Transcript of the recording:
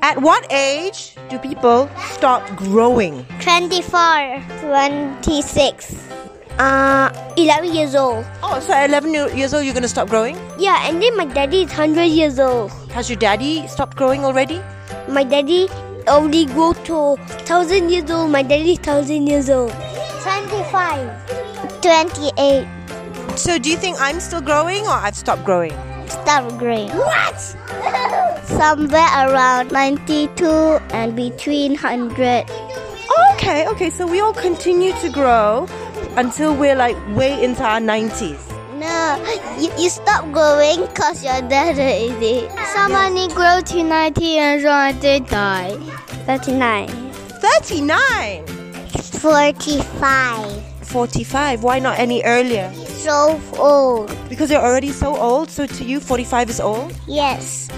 At what age do people stop growing? 24. 26. Uh, 11 years old. Oh, so at 11 year- years old, you're going to stop growing? Yeah, and then my daddy is 100 years old. Has your daddy stopped growing already? My daddy only grow to 1,000 years old. My daddy is 1,000 years old. 25. 28. So do you think I'm still growing or I've stopped growing? Stop grade. What? Somewhere around 92 and between 100. Okay, okay, so we all continue to grow until we're like way into our 90s. No, you, you stop growing because your dad already. Somebody grow to 90 and wrong, they die. 39! 39. 45. 45, why not any earlier? So old. Because you're already so old, so to you, 45 is old? Yes.